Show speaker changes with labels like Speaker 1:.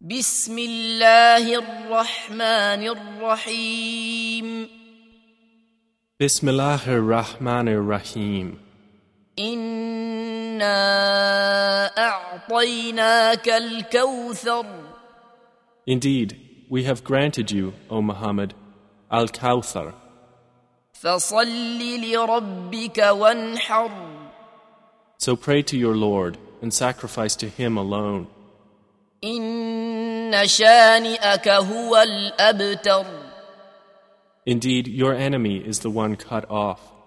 Speaker 1: بسم الله الرحمن الرحيم
Speaker 2: Bismillahir Rahmanir Rahim.
Speaker 1: إنا أعطيناك الكوثر
Speaker 2: Indeed, we have granted you, O Muhammad, Al Kawthar.
Speaker 1: فصل لربك وانحر
Speaker 2: So pray to your Lord and sacrifice to Him alone.
Speaker 1: إن شانئك هو الأبتر
Speaker 2: Indeed, your enemy is the one cut off.